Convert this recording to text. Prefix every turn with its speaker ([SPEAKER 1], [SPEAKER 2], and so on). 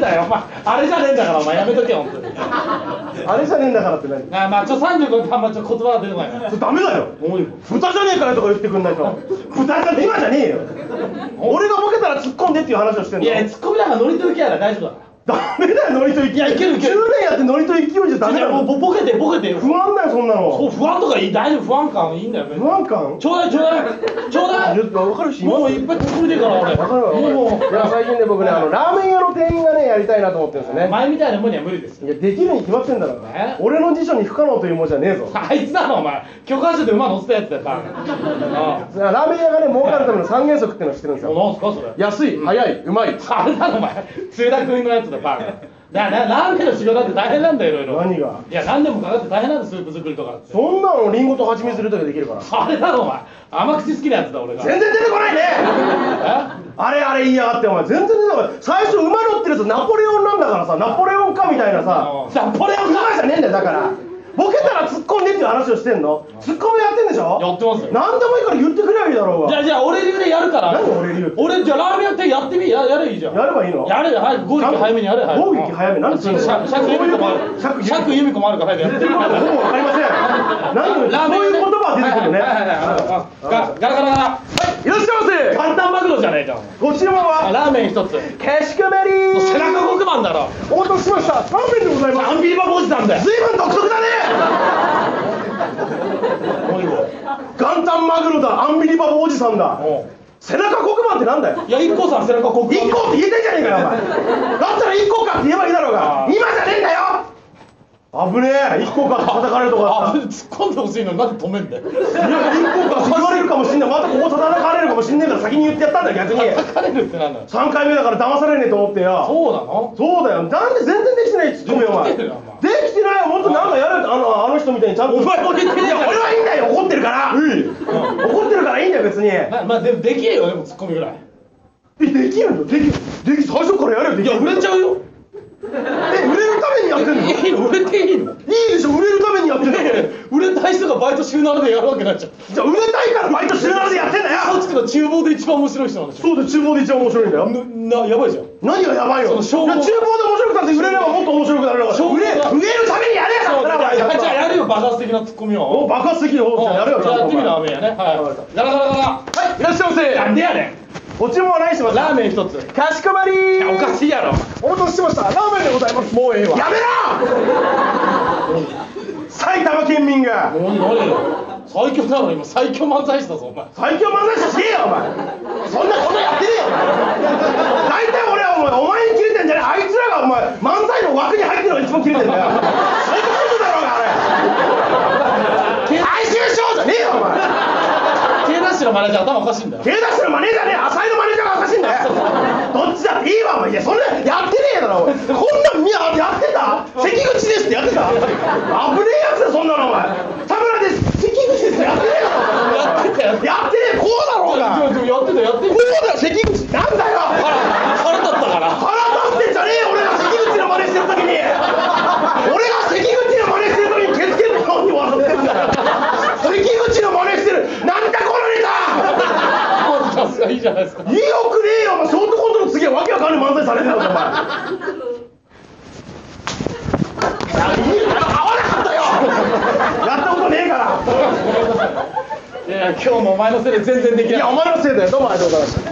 [SPEAKER 1] あれじゃねえんだからお前やめとけ本当に
[SPEAKER 2] あれじゃねえんだからって何
[SPEAKER 1] あまあちょ35分あんまちょ言葉が出てこないな
[SPEAKER 2] それダメだよ
[SPEAKER 1] 重いもん
[SPEAKER 2] 豚じゃねえからとか言ってくんないと豚じゃねえからじゃねえよ俺がボケたら突っ込んでっていう話をしてん
[SPEAKER 1] い
[SPEAKER 2] の
[SPEAKER 1] やツッコミなんかノリと勢いやから大丈夫だか
[SPEAKER 2] ダメだよノリと勢い
[SPEAKER 1] いやいけるいける
[SPEAKER 2] 10年やってノリと勢いじゃダ
[SPEAKER 1] ら
[SPEAKER 2] メ
[SPEAKER 1] い
[SPEAKER 2] だ
[SPEAKER 1] やもう
[SPEAKER 2] よ
[SPEAKER 1] ボボケてボケてよ
[SPEAKER 2] 不安だよそんな
[SPEAKER 1] そう
[SPEAKER 2] の
[SPEAKER 1] 不安とかいい大丈夫不安感いいんだよ別に
[SPEAKER 2] 不安感
[SPEAKER 1] ちょうだいちょうだいちょうだい
[SPEAKER 2] 言って分かるし
[SPEAKER 1] もういっぱい突っ込みてえから俺
[SPEAKER 2] わかるわ
[SPEAKER 1] もうも
[SPEAKER 2] わかるいや最近ね僕ねあのラーメン屋の店員がねやりたいなと思ってるんですよ
[SPEAKER 1] う
[SPEAKER 2] ね
[SPEAKER 1] 前みたいなもんには無理ですよ
[SPEAKER 2] いやできるに決まってんだか
[SPEAKER 1] え
[SPEAKER 2] ら俺の辞書に不可能というもんじゃねえぞ
[SPEAKER 1] あいつだろお前許可書で馬乗せたやつだよバカあ
[SPEAKER 2] ラーメン屋がね儲かるための三原則っていうのを知ってるんですよ
[SPEAKER 1] 何すかそれ
[SPEAKER 2] 安い、早いうまい
[SPEAKER 1] あれだろお前つゆだくんのやつだバカだなラーメンの修行だって大変なんだよいろいろ
[SPEAKER 2] 何が
[SPEAKER 1] いや何でもかかって大変なんだスープ作りとかって
[SPEAKER 2] そんなのリンゴと蜂蜜入れとけできるから
[SPEAKER 1] あれだろお前甘口好きなやつだ俺が
[SPEAKER 2] 全然出てこないね
[SPEAKER 1] え
[SPEAKER 2] あれあれ言いやがってお前全然出てこない最初馬乗ってるやつナポレオンなんだからさナポレオンかみたいなさ
[SPEAKER 1] ナポレオン
[SPEAKER 2] 馬じゃねえんだよだからボケたら突っ込んでっていう話をしてんの突っ込みやってんでしょ
[SPEAKER 1] やってますよ
[SPEAKER 2] 何でもいいから言ってくればいいだろう
[SPEAKER 1] じ
[SPEAKER 2] が
[SPEAKER 1] ゃあじゃあ俺流でやるから
[SPEAKER 2] 何俺流って
[SPEAKER 1] 俺じゃあラーメン屋ってやってみややればいいじゃん
[SPEAKER 2] やればいいの
[SPEAKER 1] やれよ早くゴール早めにやれ早
[SPEAKER 2] ゴ
[SPEAKER 1] く
[SPEAKER 2] ールキ早めなんで
[SPEAKER 1] シャシャクユミコもあるシ
[SPEAKER 2] そういう
[SPEAKER 1] ャクユミコもあるから早くやって
[SPEAKER 2] 言ってることほぼ分かりません何
[SPEAKER 1] ラーメ
[SPEAKER 2] そうい
[SPEAKER 1] ン
[SPEAKER 2] う言葉は出てくるね
[SPEAKER 1] はいはいはいはいガガラガラガラ
[SPEAKER 2] いらっしゃいま
[SPEAKER 1] 簡単マグロじゃねえかお
[SPEAKER 2] せ
[SPEAKER 1] 前
[SPEAKER 2] ご注文は
[SPEAKER 1] あラーメン一
[SPEAKER 2] か
[SPEAKER 1] つ
[SPEAKER 2] しこまり
[SPEAKER 1] 背中黒板だろ
[SPEAKER 2] お待たせしましたラーメンでございます
[SPEAKER 1] アンビリバボーイズなんだよ
[SPEAKER 2] 随分独特だね 元旦マグロだアンビリバボーおじさんだ背中黒板ってなんだよ
[SPEAKER 1] いや IKKO さん背中黒板
[SPEAKER 2] 一個って言えてんじゃねえかよお前だったら一個かって言えばいいだろうが
[SPEAKER 1] あー
[SPEAKER 2] 今じゃねえんだよ危ねえ一個かって叩かれるとかあ
[SPEAKER 1] あ
[SPEAKER 2] った
[SPEAKER 1] 突っ込んでほしいのになんで止めんだよ
[SPEAKER 2] いや、銀行か言われるかもしんない、またここ叩かれるかもしんないから、先に言ってやったんだよ、逆に。
[SPEAKER 1] 叩かれるってなんだよ
[SPEAKER 2] 三回目だから騙されねえと思ってよ。
[SPEAKER 1] そうなの
[SPEAKER 2] そうだよ、なんで全然できてないっつってめお前。
[SPEAKER 1] でき
[SPEAKER 2] で
[SPEAKER 1] て
[SPEAKER 2] き
[SPEAKER 1] るよお
[SPEAKER 2] てないよ、もっとなんかやれよあの、あの人みたいにちゃんと。お前もできていや、俺はいいんだよ、怒ってるから。怒ってるからいいんだよ、別に。え
[SPEAKER 1] ままあでもできるよでもツッコミぐらい
[SPEAKER 2] できるの、できる。でき、最初からやれよ、で
[SPEAKER 1] い
[SPEAKER 2] き
[SPEAKER 1] や
[SPEAKER 2] る。
[SPEAKER 1] 売れちゃうよ
[SPEAKER 2] え、売れるためにやってんの。い
[SPEAKER 1] いいの売れていいの
[SPEAKER 2] いでしょ、売れるためにやってんの。
[SPEAKER 1] 売れたい人がバイト週7でやるわけないじゃん
[SPEAKER 2] じゃあ、売れたいから、バイトしてるなでやってんだよ。
[SPEAKER 1] 松木の厨房で一番面白い人なんでしょ
[SPEAKER 2] そうで、厨房で一番面白いんだよ。
[SPEAKER 1] なやばいじゃん
[SPEAKER 2] 何がやばいよ
[SPEAKER 1] その消防
[SPEAKER 2] いや厨房で面白くなって売れればもっと面白くなるから
[SPEAKER 1] 消防
[SPEAKER 2] 売れ
[SPEAKER 1] が
[SPEAKER 2] 売れるためにやれ
[SPEAKER 1] そ
[SPEAKER 2] よ
[SPEAKER 1] う
[SPEAKER 2] だ
[SPEAKER 1] だ
[SPEAKER 2] か
[SPEAKER 1] か
[SPEAKER 2] お
[SPEAKER 1] ららじ
[SPEAKER 2] 前
[SPEAKER 1] ゃあやるよ爆発的なツッコミを
[SPEAKER 2] お爆発的に
[SPEAKER 1] うん
[SPEAKER 2] 方
[SPEAKER 1] じ
[SPEAKER 2] や
[SPEAKER 1] ゃあ
[SPEAKER 2] るよ
[SPEAKER 1] やってみろ
[SPEAKER 2] お
[SPEAKER 1] 雨やねはいガラガラガラ
[SPEAKER 2] 前いらっしゃいま
[SPEAKER 1] な
[SPEAKER 2] せ
[SPEAKER 1] んでやね
[SPEAKER 2] ご注文は何にしま
[SPEAKER 1] ん
[SPEAKER 2] すか
[SPEAKER 1] ラーメン一つい
[SPEAKER 2] かしこまり
[SPEAKER 1] やおかしいやろ
[SPEAKER 2] お待たせしましたラーメンでございますもうええわやめろ埼玉県民が
[SPEAKER 1] 何何よ最強だろ今最強漫才師だぞお前
[SPEAKER 2] 最強漫才師してえよお前そんなことやってねえよお前大体俺はお前お前に切れてんじゃねえあいつらがお前漫才の枠に入ってるのが一番切れてんだよ最高ことだろうがあれ大衆ショーじゃねえよお前
[SPEAKER 1] 経団誌のマネージャー頭おかしいんだよ
[SPEAKER 2] 芸出しのマネージャーねえ浅井のマネージャーがおかしいんだよどっちだっていいわお前いやそんなやってねえだろおいこんなんみややってた関口ですってやってた危ねえやつだそんなのお前田村です関口ですってやってねえだろ
[SPEAKER 1] やってたやっ
[SPEAKER 2] お前やって
[SPEAKER 1] て
[SPEAKER 2] ねえこうだろうが
[SPEAKER 1] たやってたやって
[SPEAKER 2] こ
[SPEAKER 1] た
[SPEAKER 2] うだよ関口なんだよ
[SPEAKER 1] 腹立ったから
[SPEAKER 2] 腹立ってんじゃねえよ俺が関口の真似してる時に俺が関口の真似してる時にケツケツの方に笑ってんだよ関口の真似してるなんだこのネタ
[SPEAKER 1] ポーズ出すがいいじゃないですか
[SPEAKER 2] いいよくねえよお前ショートコントの次はわけわかんない漫才されてるんだぞお前いやいいよ合わなかったよやったことねえから
[SPEAKER 1] いや今日もお前のせいで全然できない
[SPEAKER 2] いやお前のせいだよどうもありがとうございました